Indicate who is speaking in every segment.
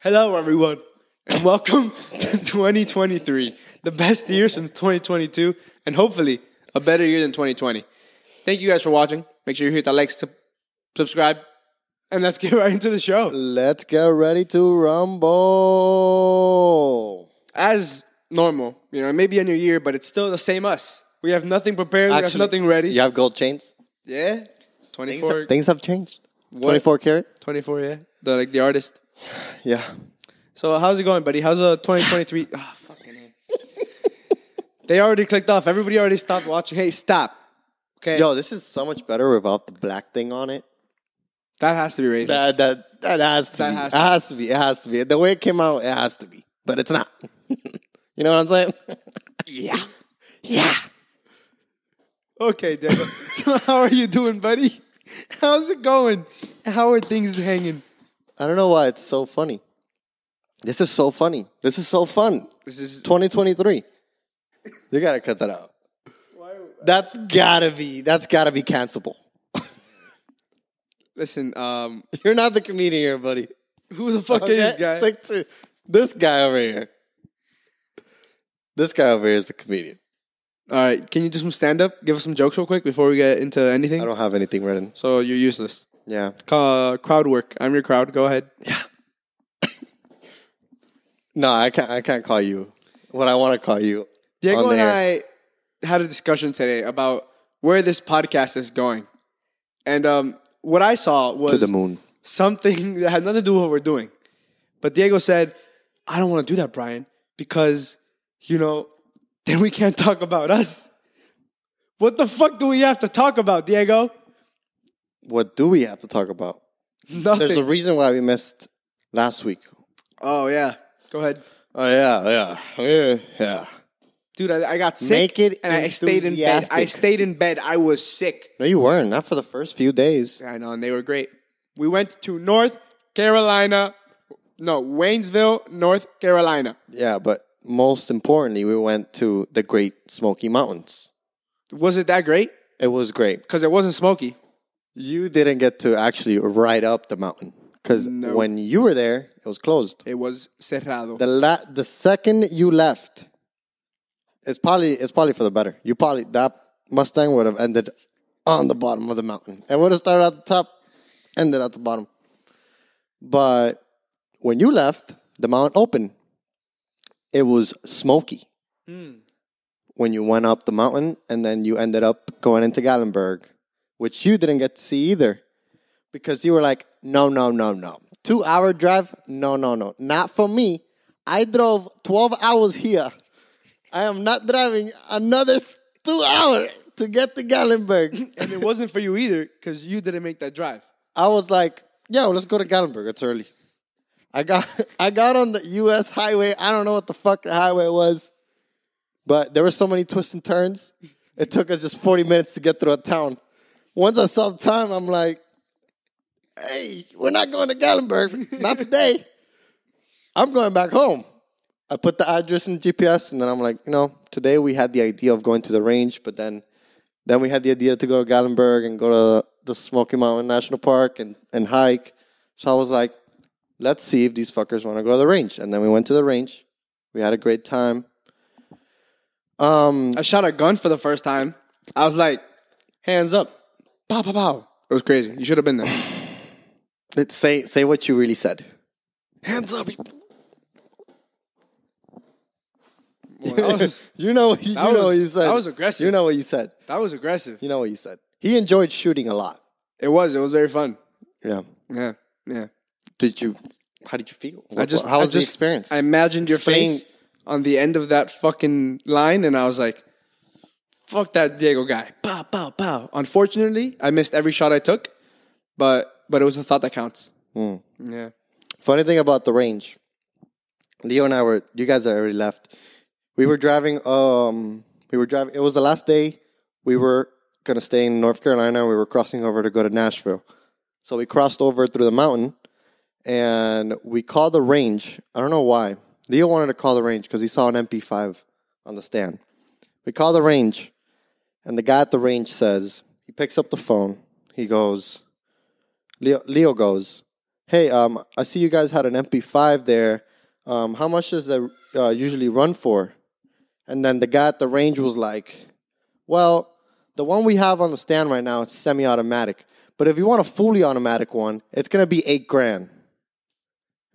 Speaker 1: Hello, everyone, and welcome to 2023, the best year since 2022, and hopefully a better year than 2020. Thank you guys for watching. Make sure you hit that like, sub- subscribe, and let's get right into the show.
Speaker 2: Let's get ready to rumble.
Speaker 1: As normal, you know, it may be a new year, but it's still the same us. We have nothing prepared. we have nothing ready.
Speaker 2: You have gold chains.
Speaker 1: Yeah. 24,
Speaker 2: Things have changed. Twenty-four karat.
Speaker 1: 24, yeah. The, like the artist.
Speaker 2: Yeah.
Speaker 1: So how's it going, buddy? How's uh 2023? Ah, fucking. A. they already clicked off. Everybody already stopped watching. Hey, stop. Okay,
Speaker 2: Yo, this is so much better without the black thing on it.
Speaker 1: that has to be racist.
Speaker 2: That that that has to
Speaker 1: That
Speaker 2: be.
Speaker 1: has to
Speaker 2: it has to be. It has to be. The way it came out, it has to be. But it's not. you know what I'm saying? yeah. Yeah.
Speaker 1: okay, Diego. so how are you doing, buddy? How's it going? How are things hanging?
Speaker 2: I don't know why it's so funny. This is so funny. This is so fun.
Speaker 1: This is
Speaker 2: 2023. You gotta cut that out. That's gotta be. That's gotta be cancelable.
Speaker 1: listen. Um,
Speaker 2: You're not the comedian here, buddy.
Speaker 1: who the fuck
Speaker 2: Okay,
Speaker 1: is this guy?
Speaker 2: Stick to this guy over here. This guy over here is the comedian.
Speaker 1: All right, can you do some stand up? Give us some jokes real quick before we get into anything.
Speaker 2: I don't have anything written.
Speaker 1: So you're useless.
Speaker 2: Yeah.
Speaker 1: Uh, crowd work. I'm your crowd. Go ahead.
Speaker 2: No, I can't. I can't call you what I want to call you.
Speaker 1: Diego
Speaker 2: on
Speaker 1: and
Speaker 2: there.
Speaker 1: I had a discussion today about where this podcast is going. And um, what I saw was
Speaker 2: to the moon.
Speaker 1: something that had nothing to do with what we're doing. But Diego said, I don't want to do that, Brian, because, you know, then we can't talk about us. What the fuck do we have to talk about, Diego?
Speaker 2: What do we have to talk about? There's
Speaker 1: Nothing.
Speaker 2: a reason why we missed last week.
Speaker 1: oh, yeah. Go ahead.
Speaker 2: Oh yeah, yeah, yeah, yeah.
Speaker 1: Dude, I, I got sick.
Speaker 2: Make it
Speaker 1: and I stayed in bed. I
Speaker 2: enthusiastic.
Speaker 1: stayed in bed. I was sick.
Speaker 2: No, you weren't. Not for the first few days.
Speaker 1: I know, and they were great. We went to North Carolina, no, Waynesville, North Carolina.
Speaker 2: Yeah, but most importantly, we went to the Great Smoky Mountains.
Speaker 1: Was it that great?
Speaker 2: It was great.
Speaker 1: Because it wasn't smoky.
Speaker 2: You didn't get to actually ride up the mountain because when you were there, it was closed.
Speaker 1: It was cerrado.
Speaker 2: The la- the second you left, it's probably it's probably for the better. You probably that Mustang would have ended on the bottom of the mountain. It would have started at the top, ended at the bottom. But when you left, the mountain opened. It was smoky. When you went up the mountain and then you ended up going into Gallenberg, which you didn't get to see either because you were like, no, no, no, no. Two hour drive? No, no, no. Not for me. I drove 12 hours here. I am not driving another s- two hour to get to Gallenberg.
Speaker 1: and it wasn't for you either, because you didn't make that drive.
Speaker 2: I was like, yo, let's go to Gallenberg. It's early. I got I got on the US highway. I don't know what the fuck the highway was, but there were so many twists and turns. It took us just 40 minutes to get through a town. Once I saw the time, I'm like, hey, we're not going to Gallenberg. Not today. I'm going back home. I put the address in GPS and then I'm like, you know, today we had the idea of going to the range, but then then we had the idea to go to Gallenberg and go to the Smoky Mountain National Park and, and hike. So I was like, let's see if these fuckers want to go to the range. And then we went to the range. We had a great time. Um,
Speaker 1: I shot a gun for the first time. I was like, hands up. Pow, pow, pow. It was crazy. You should have been there.
Speaker 2: let's say say what you really said. Hands up. you-
Speaker 1: Boy, that, was,
Speaker 2: you know
Speaker 1: that
Speaker 2: you know what
Speaker 1: was-
Speaker 2: you said.
Speaker 1: that was aggressive.
Speaker 2: You know what you said.
Speaker 1: that was aggressive.
Speaker 2: You know what you said. He enjoyed shooting a lot.
Speaker 1: It was. It was very fun.
Speaker 2: Yeah.
Speaker 1: Yeah. Yeah.
Speaker 2: Did you? How did you feel?
Speaker 1: I just
Speaker 2: how was
Speaker 1: I
Speaker 2: the
Speaker 1: just-
Speaker 2: experience?
Speaker 1: I imagined your
Speaker 2: Explain-
Speaker 1: face on the end of that fucking line, and I was like, "Fuck that Diego guy!" Pow, pow, pow. Unfortunately, I missed every shot I took, but but it was the thought that counts.
Speaker 2: Hmm.
Speaker 1: Yeah,
Speaker 2: Funny thing about the range, Leo and I were. You guys already left. We were driving. Um, we were driving. It was the last day. We were gonna stay in North Carolina. We were crossing over to go to Nashville. So we crossed over through the mountain, and we called the range. I don't know why. Leo wanted to call the range because he saw an MP5 on the stand. We call the range, and the guy at the range says he picks up the phone. He goes, Leo. Leo goes. hey, um, I see you guys had an MP5 there. Um, how much does that uh, usually run for? And then the guy at the range was like, well, the one we have on the stand right now, it's semi-automatic. But if you want a fully automatic one, it's gonna be eight grand.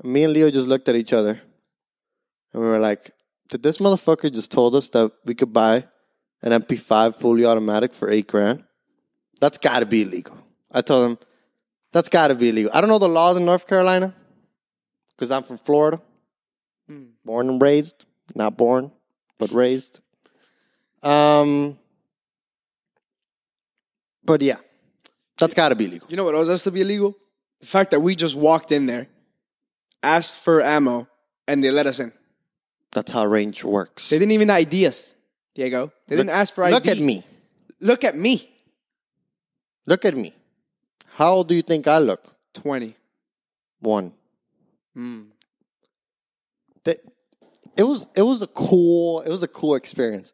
Speaker 2: And me and Leo just looked at each other, and we were like, "Did this motherfucker just told us that we could buy an MP5 fully automatic for eight grand? That's gotta be illegal." I told him, "That's gotta be illegal." I don't know the laws in North Carolina, because I'm from Florida, born and raised. Not born, but raised. Um, but yeah, that's gotta be legal.
Speaker 1: You know what else has to be illegal? The fact that we just walked in there, asked for ammo, and they let us in.
Speaker 2: That's how range works.
Speaker 1: They didn't even ID us, Diego. They didn't ask for ID.
Speaker 2: Look at me.
Speaker 1: Look at me.
Speaker 2: Look at me. How old do you think I look?
Speaker 1: 20.
Speaker 2: One.
Speaker 1: Hmm.
Speaker 2: That it was it was a cool it was a cool experience.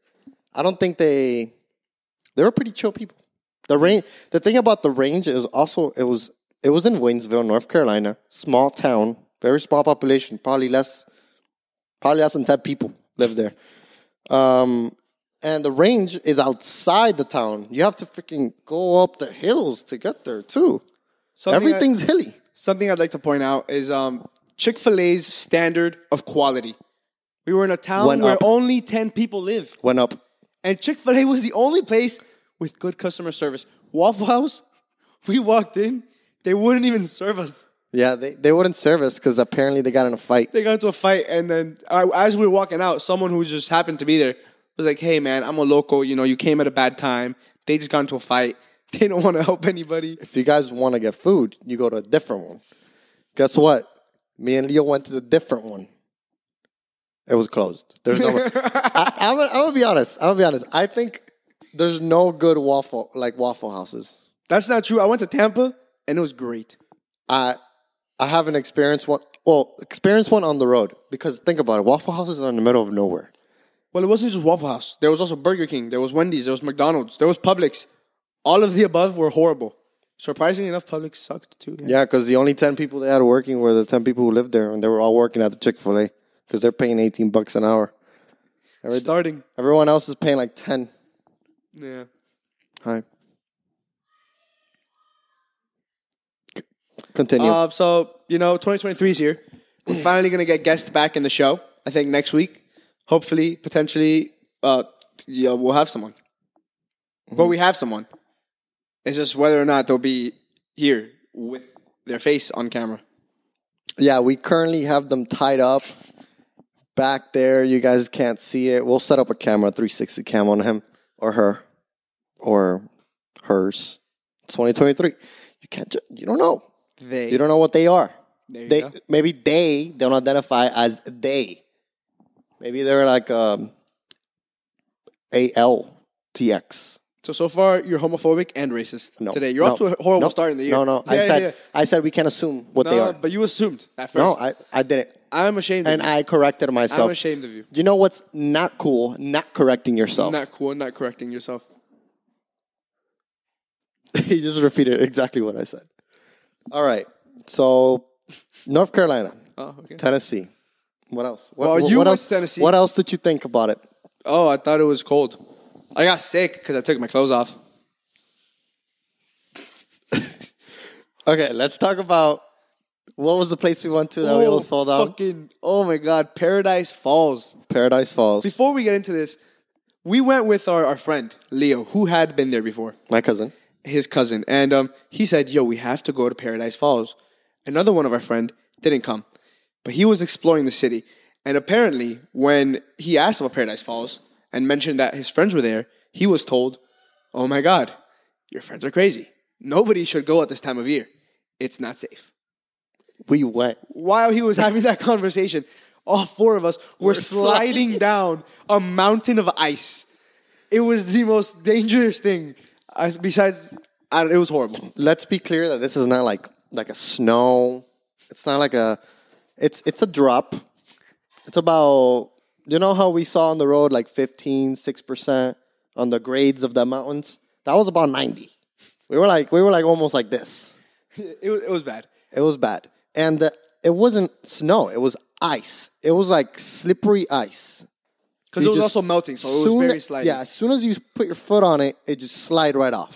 Speaker 2: I don't think they they were pretty chill people. The range the thing about the range is also it was it was in Waynesville, North Carolina, small town, very small population, probably less probably less than ten people live there. Um, and the range is outside the town. You have to freaking go up the hills to get there too.
Speaker 1: Something I-
Speaker 2: Everything's hilly.
Speaker 1: Something I'd like to point out is um, Chick fil A's standard of quality. We were in a town
Speaker 2: Went
Speaker 1: where
Speaker 2: up.
Speaker 1: only 10 people lived,
Speaker 2: Went up.
Speaker 1: and Chick fil A was the only place with good customer service. Waffle House, we walked in, they wouldn't even serve us.
Speaker 2: Yeah, they, they wouldn't serve us because apparently they got in a fight.
Speaker 1: They got into a fight, and then uh, as we were walking out, someone who just happened to be there was like, Hey, man, I'm a local. You know, you came at a bad time. They just got into a fight. They don't want to help anybody.
Speaker 2: If you guys want to get food, you go to a different one. Guess what? Me and Leo went to the different one. It was closed. There's no. I, I'm, gonna, I'm gonna be honest. I'm gonna be honest. I think there's no good waffle like waffle houses.
Speaker 1: That's not true. I went to Tampa, and it was great.
Speaker 2: I I haven't experienced one. Well, experienced one on the road because think about it. Waffle houses are in the middle of nowhere.
Speaker 1: Well, it wasn't just Waffle House. There was also Burger King. There was Wendy's. There was McDonald's. There was Publix. All of the above were horrible. Surprisingly enough, Publix sucked too.
Speaker 2: Yeah, because the only ten people they had working were the ten people who lived there, and they were all working at the Chick Fil A because they're paying eighteen bucks an hour.
Speaker 1: Starting.
Speaker 2: Everyone else is paying like ten.
Speaker 1: Yeah.
Speaker 2: Hi. C- Continue.
Speaker 1: Uh, so, you know, 2023 is here. We're finally going to get guests back in the show, I think, next week. Hopefully, potentially, uh, yeah, we'll have someone.
Speaker 2: Mm-hmm.
Speaker 1: But we have someone. It's just whether or not they'll be here with their face on camera.
Speaker 2: yeah, we currently have them tied up back there. You guys can't see it. We'll set up a camera, 360 cam on him or her or hers. 2023. You can't. Ju- you don't know.
Speaker 1: They.
Speaker 2: You don't know what they are.
Speaker 1: you
Speaker 2: They
Speaker 1: go.
Speaker 2: maybe they don't identify as they. Maybe they're like um, A L T X.
Speaker 1: So so far you're homophobic and racist.
Speaker 2: No,
Speaker 1: Today you're
Speaker 2: no,
Speaker 1: off to a horrible
Speaker 2: no,
Speaker 1: start in the year.
Speaker 2: No, no. I
Speaker 1: Yeah,
Speaker 2: said
Speaker 1: yeah,
Speaker 2: I said we can't assume what
Speaker 1: yeah.
Speaker 2: they
Speaker 1: No,
Speaker 2: are.
Speaker 1: But you assumed at first.
Speaker 2: no, I, I didn't.
Speaker 1: I, am ashamed.
Speaker 2: And
Speaker 1: of you.
Speaker 2: I corrected myself.
Speaker 1: I'm ashamed of you.
Speaker 2: You know what's not cool? Not correcting yourself.
Speaker 1: Not cool. Not correcting yourself.
Speaker 2: he just repeated exactly what I said. All right. So, North Carolina,
Speaker 1: Oh, okay.
Speaker 2: Tennessee. What else? What,
Speaker 1: Well,
Speaker 2: what-
Speaker 1: you
Speaker 2: what
Speaker 1: went
Speaker 2: else?
Speaker 1: to Tennessee.
Speaker 2: What else did you think about it?
Speaker 1: Oh, I thought it was cold. I got sick because I took my clothes off.
Speaker 2: Okay, let's talk about what was the place we went to that
Speaker 1: Oh,
Speaker 2: we almost fell down?
Speaker 1: Fucking. Oh my God. Paradise Falls.
Speaker 2: Paradise Falls.
Speaker 1: Before we get into this, we went with our, our friend Leo, who had been there before.
Speaker 2: My cousin.
Speaker 1: his cousin, and um, he said, "Yo, we have to go to Paradise Falls." Another one of our friend didn't come, but he was exploring the city, and apparently, when he asked about Paradise Falls and mentioned that his friends were there, he was told, "Oh my God, your friends are crazy. Nobody should go at this time of year. It's not safe."
Speaker 2: We went.
Speaker 1: While he was having that conversation, all four of us were, sliding down a mountain of ice. It was the most dangerous thing. I, besides, I, it was horrible.
Speaker 2: Let's be clear that this is not like like a snow. It's not like a. It's it's a drop. It's about you know how we saw on the road like 15, 6 percent on the grades of the mountains. That was about ninety. We were like we were like almost like this.
Speaker 1: It, it was bad.
Speaker 2: It was bad. and uh, it wasn't snow; it was ice. It was like slippery ice.
Speaker 1: Because it
Speaker 2: You
Speaker 1: was
Speaker 2: just-
Speaker 1: also melting, so it
Speaker 2: soon-
Speaker 1: was very slight.
Speaker 2: Yeah, as soon as you put your foot on it, it just slide right off.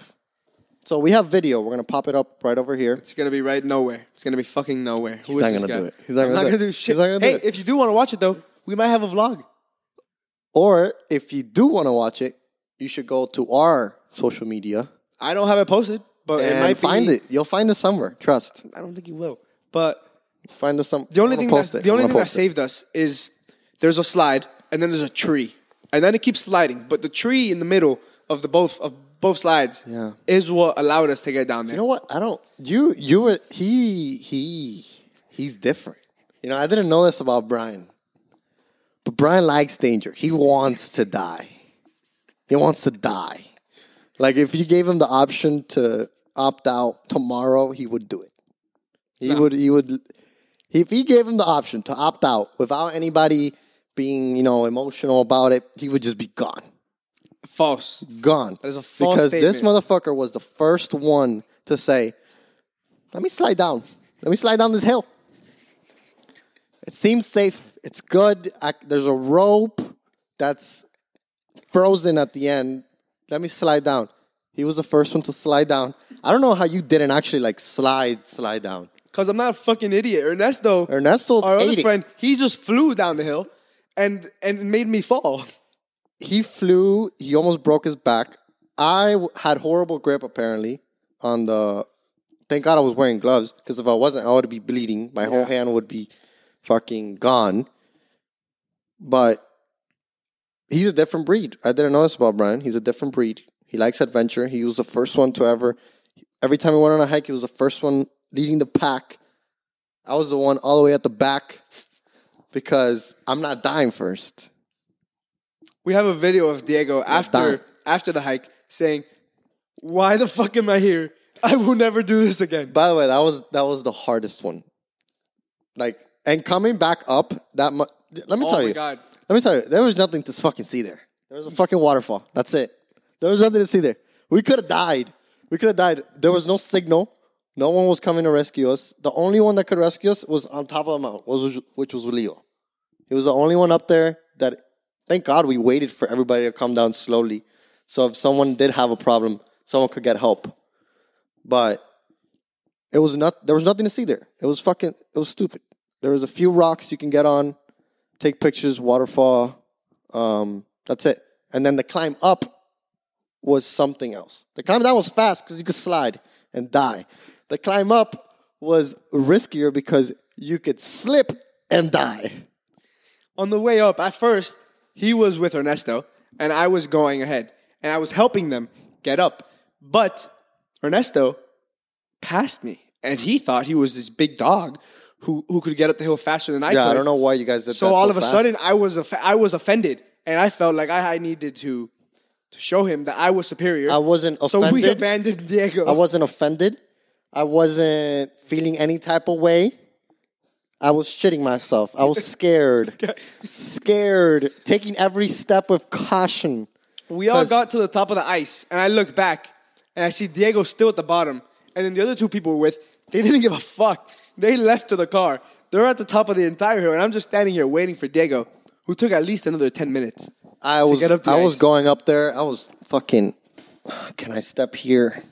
Speaker 2: So we have video. We're gonna pop it up right over here.
Speaker 1: It's gonna be right nowhere. It's gonna be fucking nowhere. Who
Speaker 2: He's
Speaker 1: is
Speaker 2: not
Speaker 1: this
Speaker 2: gonna
Speaker 1: guy?
Speaker 2: do it. He's not
Speaker 1: I'm
Speaker 2: gonna
Speaker 1: not
Speaker 2: do
Speaker 1: gonna
Speaker 2: it.
Speaker 1: do
Speaker 2: He's
Speaker 1: shit.
Speaker 2: not gonna do
Speaker 1: hey,
Speaker 2: it.
Speaker 1: if you do want to watch it though, we might have a vlog.
Speaker 2: Or if you do want to watch it, you should go to our social media
Speaker 1: I don't have it posted, but it
Speaker 2: and
Speaker 1: might
Speaker 2: find
Speaker 1: be,
Speaker 2: it. You'll find it somewhere. Trust.
Speaker 1: I don't think you will. But
Speaker 2: Find us some.
Speaker 1: the only
Speaker 2: I'm
Speaker 1: thing
Speaker 2: gonna post
Speaker 1: that
Speaker 2: it.
Speaker 1: the
Speaker 2: I'm
Speaker 1: only
Speaker 2: gonna
Speaker 1: thing that
Speaker 2: post it.
Speaker 1: saved us is there's a slide and then there's a tree and then it keeps sliding, but the tree in the middle of the both of both slides
Speaker 2: Yeah.
Speaker 1: is what allowed us to get down there.
Speaker 2: You know what? I don't. You you were he he he's different. You know, I didn't know this about Brian, but Brian likes danger. He wants to die. He wants to die. Like if you gave him the option to opt out tomorrow, he would do it. He would. He would. If he gave him the option to opt out without anybody being, you know, emotional about it, he would just be gone
Speaker 1: False.
Speaker 2: gone.
Speaker 1: is a false
Speaker 2: because this
Speaker 1: statement.
Speaker 2: motherfucker was the first one to say, "Let me slide down. Let me slide down this hill. It seems safe. It's good. I, there's a rope that's frozen at the end. Let me slide down." He was the first one to slide down. I don't know how you didn't actually like slide, slide down.
Speaker 1: Cause I'm not a fucking idiot. Ernesto,
Speaker 2: Ernesto
Speaker 1: our other
Speaker 2: ate it.
Speaker 1: friend, he just flew down the hill, and and made me fall.
Speaker 2: he flew. He almost broke his back. I w- had horrible grip apparently on the. Thank God I was wearing gloves because if I wasn't, I would be bleeding. My whole hand would be fucking gone. But he's a different breed. I didn't know this about Brian. He's a different breed. He likes adventure. He was the first one to ever. Every time we went on a hike, he was the first one leading the pack. I was the one all the way at the back because I'm not dying first.
Speaker 1: We have a video of Diego after
Speaker 2: done.
Speaker 1: after the hike saying, "Why the fuck am I here? I will never do this again."
Speaker 2: By the way, that was that was the hardest one. Like, and coming back up that much. Let me
Speaker 1: Oh
Speaker 2: tell
Speaker 1: my
Speaker 2: you.
Speaker 1: God.
Speaker 2: Let me tell you. There was nothing to fucking see there. There was a fucking waterfall. That's it. There was nothing to see there. We could have died. We could have died. There was no signal. No one was coming to rescue us. The only one that could rescue us was on top of the mountain, was, which was Leo. He was the only one up there that. Thank God we waited for everybody to come down slowly, so if someone did have a problem, someone could get help. But it was not. There was nothing to see there. It was fucking. It was stupid. There was a few rocks you can get on, take pictures, waterfall. Um, that's it. And then the climb up was something else. The climb down was fast because you could slide and die. The climb up was riskier because you could slip and die.
Speaker 1: On the way up, at first he was with Ernesto, and I was going ahead, and I was helping them get up. But Ernesto passed me, and he thought he was this big dog who who could get up the hill faster than I
Speaker 2: Yeah,
Speaker 1: could.
Speaker 2: I don't know why you guys did
Speaker 1: so
Speaker 2: that.
Speaker 1: all of a
Speaker 2: fast.
Speaker 1: sudden I was off- I was offended and I felt like I, I needed to to show him that I was superior.
Speaker 2: I wasn't
Speaker 1: So we
Speaker 2: offended.
Speaker 1: abandoned Diego.
Speaker 2: I wasn't offended. I wasn't feeling any type of way. I was shitting myself. I was scared. scared. Taking every step with caution.
Speaker 1: we all
Speaker 2: 'cause-
Speaker 1: got to the top of the ice and I look back and I see Diego still at the bottom and then the other two people we're with they didn't give a fuck. They left to the car. They're at the top of the entire hill and I'm just standing here waiting for Diego who took at least another 10 minutes.
Speaker 2: I was
Speaker 1: get up the
Speaker 2: I was
Speaker 1: ice.
Speaker 2: going up there. I was fucking can I step here?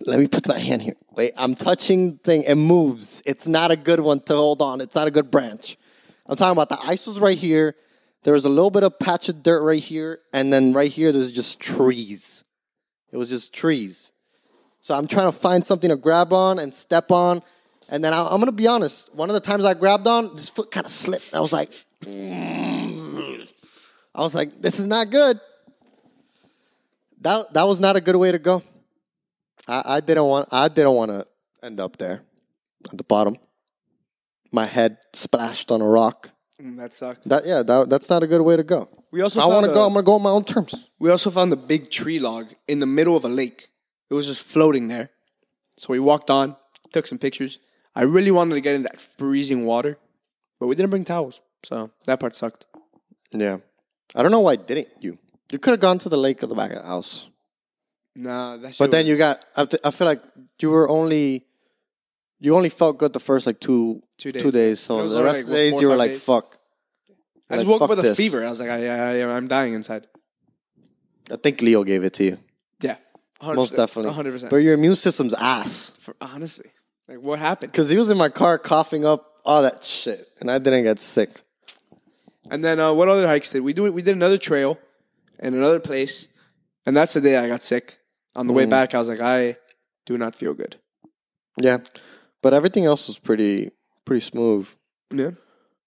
Speaker 2: Let me put my hand here. Wait, I'm touching thing. It moves. It's not a good one to hold on. It's not a good branch. I'm talking about the ice was right here. There was a little bit of patch of dirt right here, and then right here there's just trees. It was just trees. So I'm trying to find something to grab on and step on. And then I, I'm gonna be honest. One of the times I grabbed on, this foot kind of slipped. I was like, I was like, this is not good. That that was not a good way to go. I, I didn't want I didn't want to end up there at the bottom. My head splashed on a rock.
Speaker 1: Mm, that sucked.
Speaker 2: That yeah, that, that's not a good way to go.
Speaker 1: We also
Speaker 2: I want to
Speaker 1: found
Speaker 2: go.
Speaker 1: a-
Speaker 2: I'm gonna go on my own terms.
Speaker 1: We also found the big tree log in the middle of a lake. It was just floating there. So we walked on, took some pictures. I really wanted to get in that freezing water, but we didn't bring towels. So that part sucked.
Speaker 2: Yeah, I don't know why didn't you? You could have gone to the lake at the back of the house.
Speaker 1: Nah, that's
Speaker 2: But then you got. I, th- I feel like you were only. You only felt good the first like two
Speaker 1: Two days.
Speaker 2: two days. Two days
Speaker 1: It
Speaker 2: so
Speaker 1: was
Speaker 2: the
Speaker 1: only,
Speaker 2: rest
Speaker 1: like,
Speaker 2: of the days
Speaker 1: four or
Speaker 2: you were
Speaker 1: five
Speaker 2: like,
Speaker 1: days.
Speaker 2: fuck.
Speaker 1: I just
Speaker 2: Like,
Speaker 1: woke up
Speaker 2: fuck
Speaker 1: with a
Speaker 2: this.
Speaker 1: fever. I was like, I, I, I, I'm dying inside.
Speaker 2: I think Leo gave it to you.
Speaker 1: Yeah, 100%,
Speaker 2: Most definitely.
Speaker 1: 100. percent
Speaker 2: But your immune system's ass.
Speaker 1: For- honestly, like what happened?
Speaker 2: Because he was in my car coughing up all that shit. And I didn't get sick.
Speaker 1: And then uh, what other hikes did we do? We did another trail in another place, and that's the day I got sick. On
Speaker 2: Mm.
Speaker 1: the way back, I was like, I do not feel good.
Speaker 2: Yeah. But everything else was pretty pretty smooth.
Speaker 1: Yeah,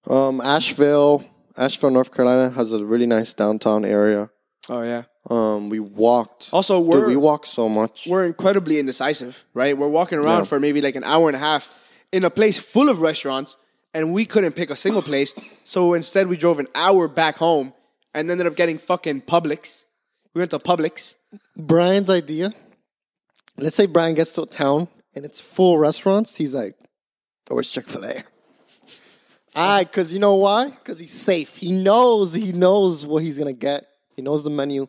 Speaker 2: Um, Asheville, Asheville, North Carolina has a really nice downtown area.
Speaker 1: oh yeah.
Speaker 2: Um, we walked.
Speaker 1: Also,
Speaker 2: Dude,
Speaker 1: we're-
Speaker 2: we walked so much.
Speaker 1: We're incredibly indecisive, right? We're walking around
Speaker 2: Yeah.
Speaker 1: for maybe like an hour and a half in a place full of restaurants, and we couldn't pick a single place. So instead, we drove an hour back home and ended up getting fucking Publix. We went to Publix.
Speaker 2: Brian's idea. Let's say Brian gets to a town and it's full restaurants. He's like, "Where's Chick Fil A?" I, cause you know why? Cause he's safe. He knows. He knows what he's gonna get. He knows the menu.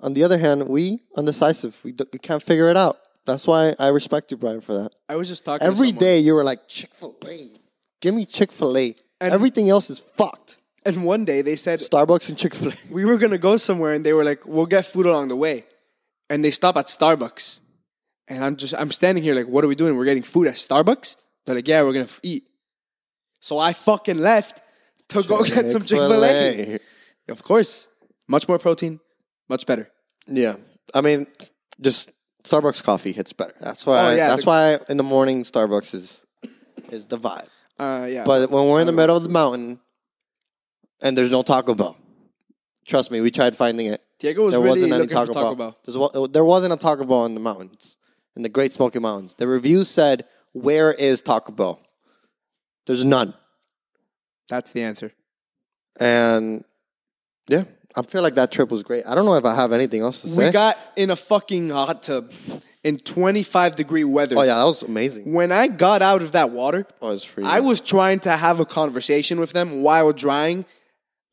Speaker 2: On the other hand, we undecisive. We, d- we can't figure it out. That's why I respect you, Brian, for that.
Speaker 1: I was just talking
Speaker 2: Every
Speaker 1: to someone.
Speaker 2: day you were like Chick Fil A. Give me Chick Fil A. Everything else is fucked.
Speaker 1: and one day they said
Speaker 2: Starbucks and Chick Fil A.
Speaker 1: we were gonna go somewhere, and they were like, "We'll get food along the way," and they stop at Starbucks, and I'm just I'm standing here like, "What are we doing? We're getting food at Starbucks?" They're like, "Yeah, we're gonna f- eat." So I fucking left to go get some Chick Fil A. Of course. Much more protein, much better.
Speaker 2: Yeah, I mean, just Starbucks coffee hits better. That's why.
Speaker 1: Oh, yeah,
Speaker 2: that's
Speaker 1: the-
Speaker 2: why in the morning Starbucks is is the vibe.
Speaker 1: Uh, yeah.
Speaker 2: But when we're in the middle of the mountain and there's no Taco Bell, trust me, we tried finding it.
Speaker 1: Diego was
Speaker 2: there
Speaker 1: really
Speaker 2: wasn't any
Speaker 1: looking for
Speaker 2: Taco,
Speaker 1: Taco
Speaker 2: Bell.
Speaker 1: Bell.
Speaker 2: There's wa- there wasn't a Taco Bell in the mountains, in the Great Smoky Mountains. The review said, "Where is Taco Bell?" There's none,
Speaker 1: that's the answer.
Speaker 2: and yeah, I feel like that trip was great. I don't know if I have anything else to say.
Speaker 1: We got in a fucking hot tub in 25 degree weather.
Speaker 2: oh yeah, that was amazing.
Speaker 1: When I got out of that water,
Speaker 2: Oh, it was free.
Speaker 1: I was trying to have a conversation with them while drying.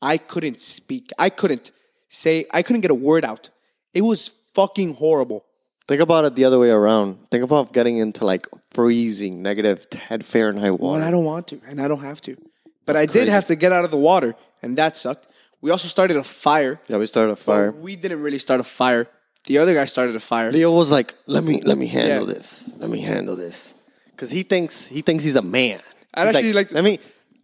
Speaker 1: I couldn't speak. I couldn't say, I couldn't get a word out. It was fucking horrible.
Speaker 2: Think about it the other way around. Think about getting into like freezing negative 10 Fahrenheit
Speaker 1: Well,
Speaker 2: water.
Speaker 1: I don't want to, and I don't have to. But I did
Speaker 2: crazy.
Speaker 1: have to get out of the water, and that sucked. We also started a fire.
Speaker 2: yeah, we started a fire.
Speaker 1: We didn't really start a fire. The other guy started a fire.
Speaker 2: Leo was like, "Let me let me handle
Speaker 1: Yeah.
Speaker 2: this. Let me handle this." Cuz he thinks he thinks he's a man.
Speaker 1: I'd
Speaker 2: He's
Speaker 1: actually like to-
Speaker 2: "Let me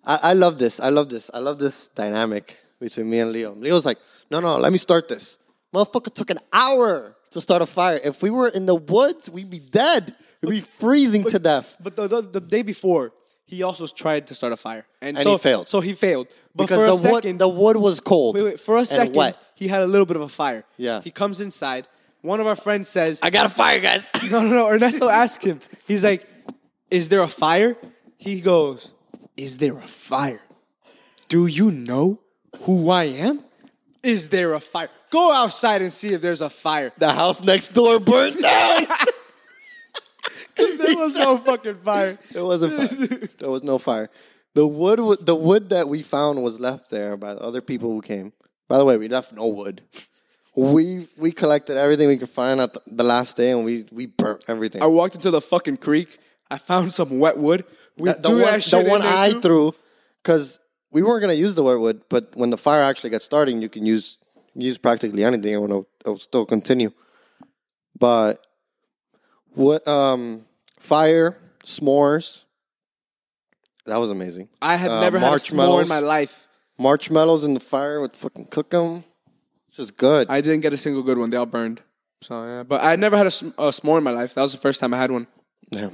Speaker 2: I, I love this. I love this. I love this dynamic between me and Leo. Leo's like, "No, no, let me start this." Motherfucker took an hour to start a fire. If we were in the woods, we'd be dead. We'd be freezing to death.
Speaker 1: But the, the, the day before, he also tried to start a fire, and,
Speaker 2: And
Speaker 1: so,
Speaker 2: he failed.
Speaker 1: So he failed. But
Speaker 2: Because
Speaker 1: for
Speaker 2: the
Speaker 1: a second,
Speaker 2: wood the wood was cold.
Speaker 1: wait, wait, for a
Speaker 2: and
Speaker 1: second,
Speaker 2: wet.
Speaker 1: he had a little bit of a fire.
Speaker 2: Yeah.
Speaker 1: He comes inside. One of our friends says,
Speaker 2: I got a fire, guys.
Speaker 1: No, no, no. Ernesto asked him. He's like, "Is there a fire?" He goes, "Is there a fire? Do you know who I am? Is there a fire? Go outside and see if there's a fire."
Speaker 2: The house next door burned down.
Speaker 1: There was no fucking fire.
Speaker 2: there wasn't fire. There was no fire. The wood, wa- the wood that we found was left there by the other people who came. By the way, we left no wood. We we collected everything we could find at the, the last day, and we we burnt everything.
Speaker 1: I walked into the fucking creek. I found some wet wood. We
Speaker 2: the, Uh, the
Speaker 1: threw
Speaker 2: one,
Speaker 1: that
Speaker 2: the
Speaker 1: shit in
Speaker 2: one
Speaker 1: there,
Speaker 2: I
Speaker 1: too.
Speaker 2: threw, because we weren't gonna use the wet wood, but when the fire actually got starting, you can use use practically anything, and it'll, it'll still continue. But what um fire s'mores? That was amazing.
Speaker 1: I had
Speaker 2: Uh,
Speaker 1: never had a s'more in
Speaker 2: marshmallows.
Speaker 1: my life.
Speaker 2: Marshmallows in the fire would fucking cook them. Just good.
Speaker 1: I didn't get a single good one. They all burned. So yeah, but I never had a, s'm- a s'more in my life. That was the first time I had one.
Speaker 2: Yeah.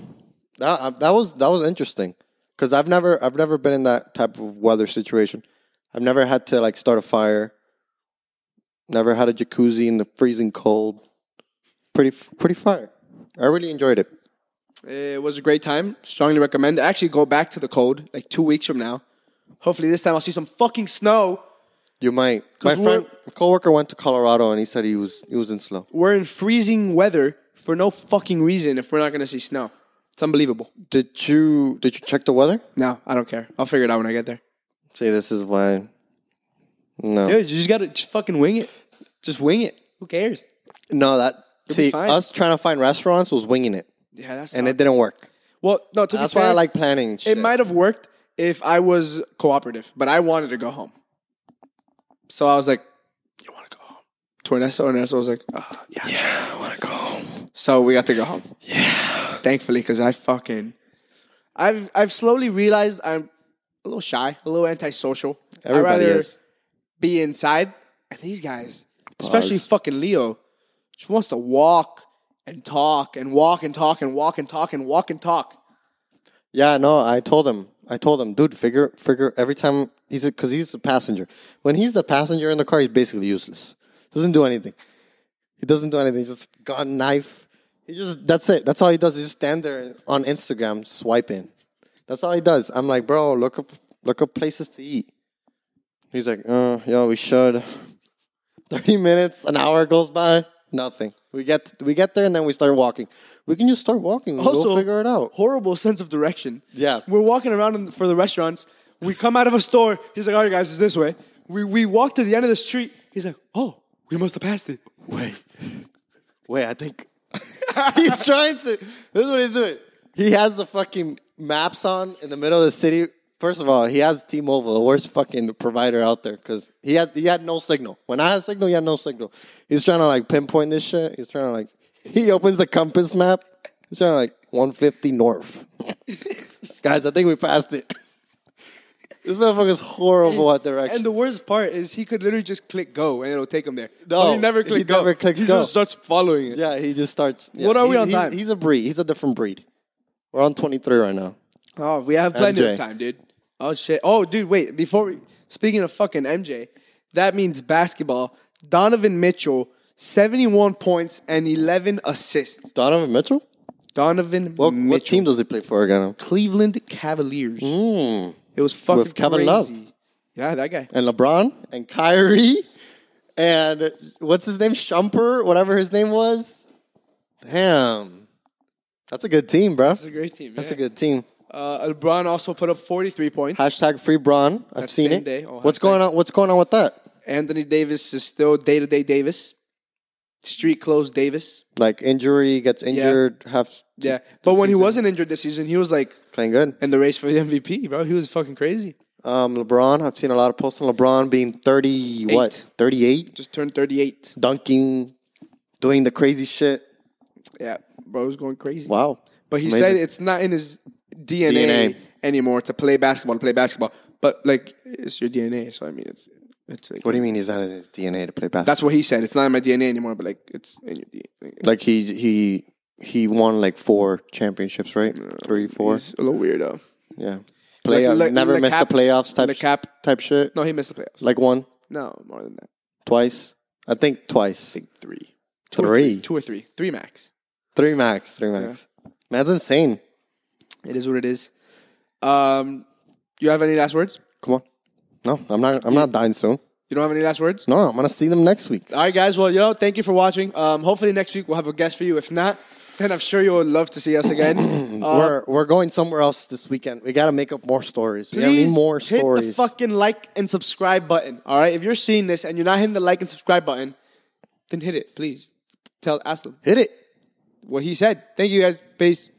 Speaker 2: That uh, that was that was interesting because I've never I've never been in that type of weather situation. I've never had to like start a fire. Never had a jacuzzi in the freezing cold. Pretty f- pretty fire. I really enjoyed it.
Speaker 1: It was a great time. Strongly recommend. Actually, go back to the cold like two weeks from now. Hopefully, this time I'll see some fucking snow.
Speaker 2: You might. My
Speaker 1: 'Cause we're-
Speaker 2: friend coworker went to Colorado and he said he was he was in slow.
Speaker 1: We're in freezing weather for no fucking reason if we're not gonna see snow. It's unbelievable.
Speaker 2: Did you did you check the weather?
Speaker 1: No, I don't care. I'll figure it out when I get there.
Speaker 2: See, this is why. No.
Speaker 1: Dude, you just gotta just fucking wing it. Just wing it. Who cares?
Speaker 2: No, that
Speaker 1: be
Speaker 2: see
Speaker 1: fine.
Speaker 2: us trying to find restaurants was winging it,
Speaker 1: Yeah, that's
Speaker 2: and it didn't work.
Speaker 1: Well, no, to be
Speaker 2: That's why I
Speaker 1: fair,
Speaker 2: like planning. Shit.
Speaker 1: It might have worked if I was cooperative, but I wanted to go home. So I was like, "You want to go home?" To Ernesto, Ernesto was like, "Ah, "Yeah, yeah, I want to go home." So we got to go home. Yeah, thankfully, because I fucking, I've I've slowly realized I'm a little shy, a little antisocial.
Speaker 2: Everybody
Speaker 1: I'd rather
Speaker 2: is.
Speaker 1: be inside, and these guys, especially
Speaker 2: Pause.
Speaker 1: fucking Leo, just wants to walk and talk and walk and talk and walk and talk and walk and talk.
Speaker 2: Yeah, no, I told him. I told him, dude, figure, figure. Every time he's because he's the passenger. When he's the passenger in the car, he's basically useless. Doesn't do anything. He doesn't do anything. He's just got a knife. He just that's it. That's all he does. He just stand there on Instagram swiping. That's all he does. I'm like, bro, look up, look up places to eat. He's like, uh, yo, we should. Thirty minutes, an hour goes by, nothing. We get we get there and then we start walking. We can just start walking. We'll
Speaker 1: also
Speaker 2: figure it out.
Speaker 1: Horrible sense of direction.
Speaker 2: Yeah.
Speaker 1: we're walking around in, for the restaurants. We come out of a store. He's like, "All right, guys, it's this way." We we walk to the end of the street. He's like, "Oh, we must have passed it."
Speaker 2: Wait. Wait, I think he's trying to. This is what he's doing. He has the fucking maps on in the middle of the city. First of all, he has T-Mobile, the worst fucking provider out there, because he had he had no signal. When I had signal, he had no signal. He's trying to like pinpoint this shit. He's trying to like. He opens the compass map. He's trying to like 150 north. Guys, I think we passed it. this motherfucker's horrible at directions.
Speaker 1: And the worst part is he could literally just click go and it'll take him there.
Speaker 2: No,
Speaker 1: But he never
Speaker 2: he
Speaker 1: clicked go.
Speaker 2: never clicks
Speaker 1: he
Speaker 2: go.
Speaker 1: just starts following it.
Speaker 2: Yeah, he just starts. yeah.
Speaker 1: What are we
Speaker 2: He's-
Speaker 1: on
Speaker 2: he's,
Speaker 1: time?
Speaker 2: He's a breed. He's a different breed. We're on 23 right now.
Speaker 1: Oh, we have plenty
Speaker 2: MJ.
Speaker 1: of time, dude. Oh shit. Oh, dude, wait. Before we speaking of fucking MJ, that means basketball. Donovan Mitchell, seventy-one points and eleven assists.
Speaker 2: Donovan Mitchell?
Speaker 1: Donovan
Speaker 2: What,
Speaker 1: Mitchell.
Speaker 2: what team does he play for again?
Speaker 1: Cleveland Cavaliers. It was fucking
Speaker 2: With Kevin
Speaker 1: crazy.
Speaker 2: Love.
Speaker 1: Yeah, that guy.
Speaker 2: And LeBron? And Kyrie? And what's his name? Shumper? Whatever his name was? Damn. That's a good team, bro. That's
Speaker 1: It's a great team.
Speaker 2: a good team.
Speaker 1: Uh, LeBron also put up 43 points.
Speaker 2: Hashtag free Braun. I've
Speaker 1: That's
Speaker 2: seen
Speaker 1: same
Speaker 2: it.
Speaker 1: day. Oh,
Speaker 2: what's
Speaker 1: hashtag.
Speaker 2: going on? What's going on with that?
Speaker 1: Anthony Davis is still day to day Davis. Street clothes Davis.
Speaker 2: Like injury gets injured, half
Speaker 1: Yeah. But when he
Speaker 2: season.
Speaker 1: wasn't injured this season, he was like
Speaker 2: playing good.
Speaker 1: in the race for the MVP, bro. He was fucking crazy.
Speaker 2: Um, LeBron. I've seen a lot of posts on LeBron being thirty, what
Speaker 1: Eight.
Speaker 2: thirty eight,
Speaker 1: Just turned 38.
Speaker 2: dunking, doing the crazy shit.
Speaker 1: Yeah. Bro was going crazy.
Speaker 2: Wow.
Speaker 1: But he
Speaker 2: Amazing.
Speaker 1: said it's not in his DNA,
Speaker 2: DNA.
Speaker 1: anymore to play basketball, to play basketball. But like it's your DNA, so I mean it's it's like,
Speaker 2: "What do you mean he's not in his DNA to play basketball?
Speaker 1: that's what he said. It's not in my DNA anymore, but like it's in your DNA.
Speaker 2: like he he he won like four championships, right? Three, four.
Speaker 1: He's a little weirdo.
Speaker 2: yeah, playoff.
Speaker 1: like-
Speaker 2: never
Speaker 1: like
Speaker 2: missed
Speaker 1: Cap-
Speaker 2: the playoffs type
Speaker 1: like Cap-
Speaker 2: type shit.
Speaker 1: No, he missed the playoffs.
Speaker 2: Like one,
Speaker 1: No, more than that.
Speaker 2: twice. I think twice.
Speaker 1: I think three. Two or
Speaker 2: Three,
Speaker 1: Two or three. Three max.
Speaker 2: three max, three max. That's insane.
Speaker 1: It is what it is. Um, you have any last words?
Speaker 2: Come on. No, I'm not. I'm not dying soon.
Speaker 1: You don't have any last words?
Speaker 2: No, I'm gonna see them next week.
Speaker 1: All right, guys. Well, you know, thank you for watching. Um, hopefully next week we'll have a guest for you. If not, then I'm sure you would love to see us again. Uh,
Speaker 2: we're we're going somewhere else this weekend. We gotta make up more stories. We gotta
Speaker 1: please
Speaker 2: need more
Speaker 1: hit
Speaker 2: stories.
Speaker 1: the fucking like and subscribe button. All right. If you're seeing this and you're not hitting the like and subscribe button, then hit it, please. Tell ask them
Speaker 2: hit it.
Speaker 1: what he said. Thank you guys. Peace.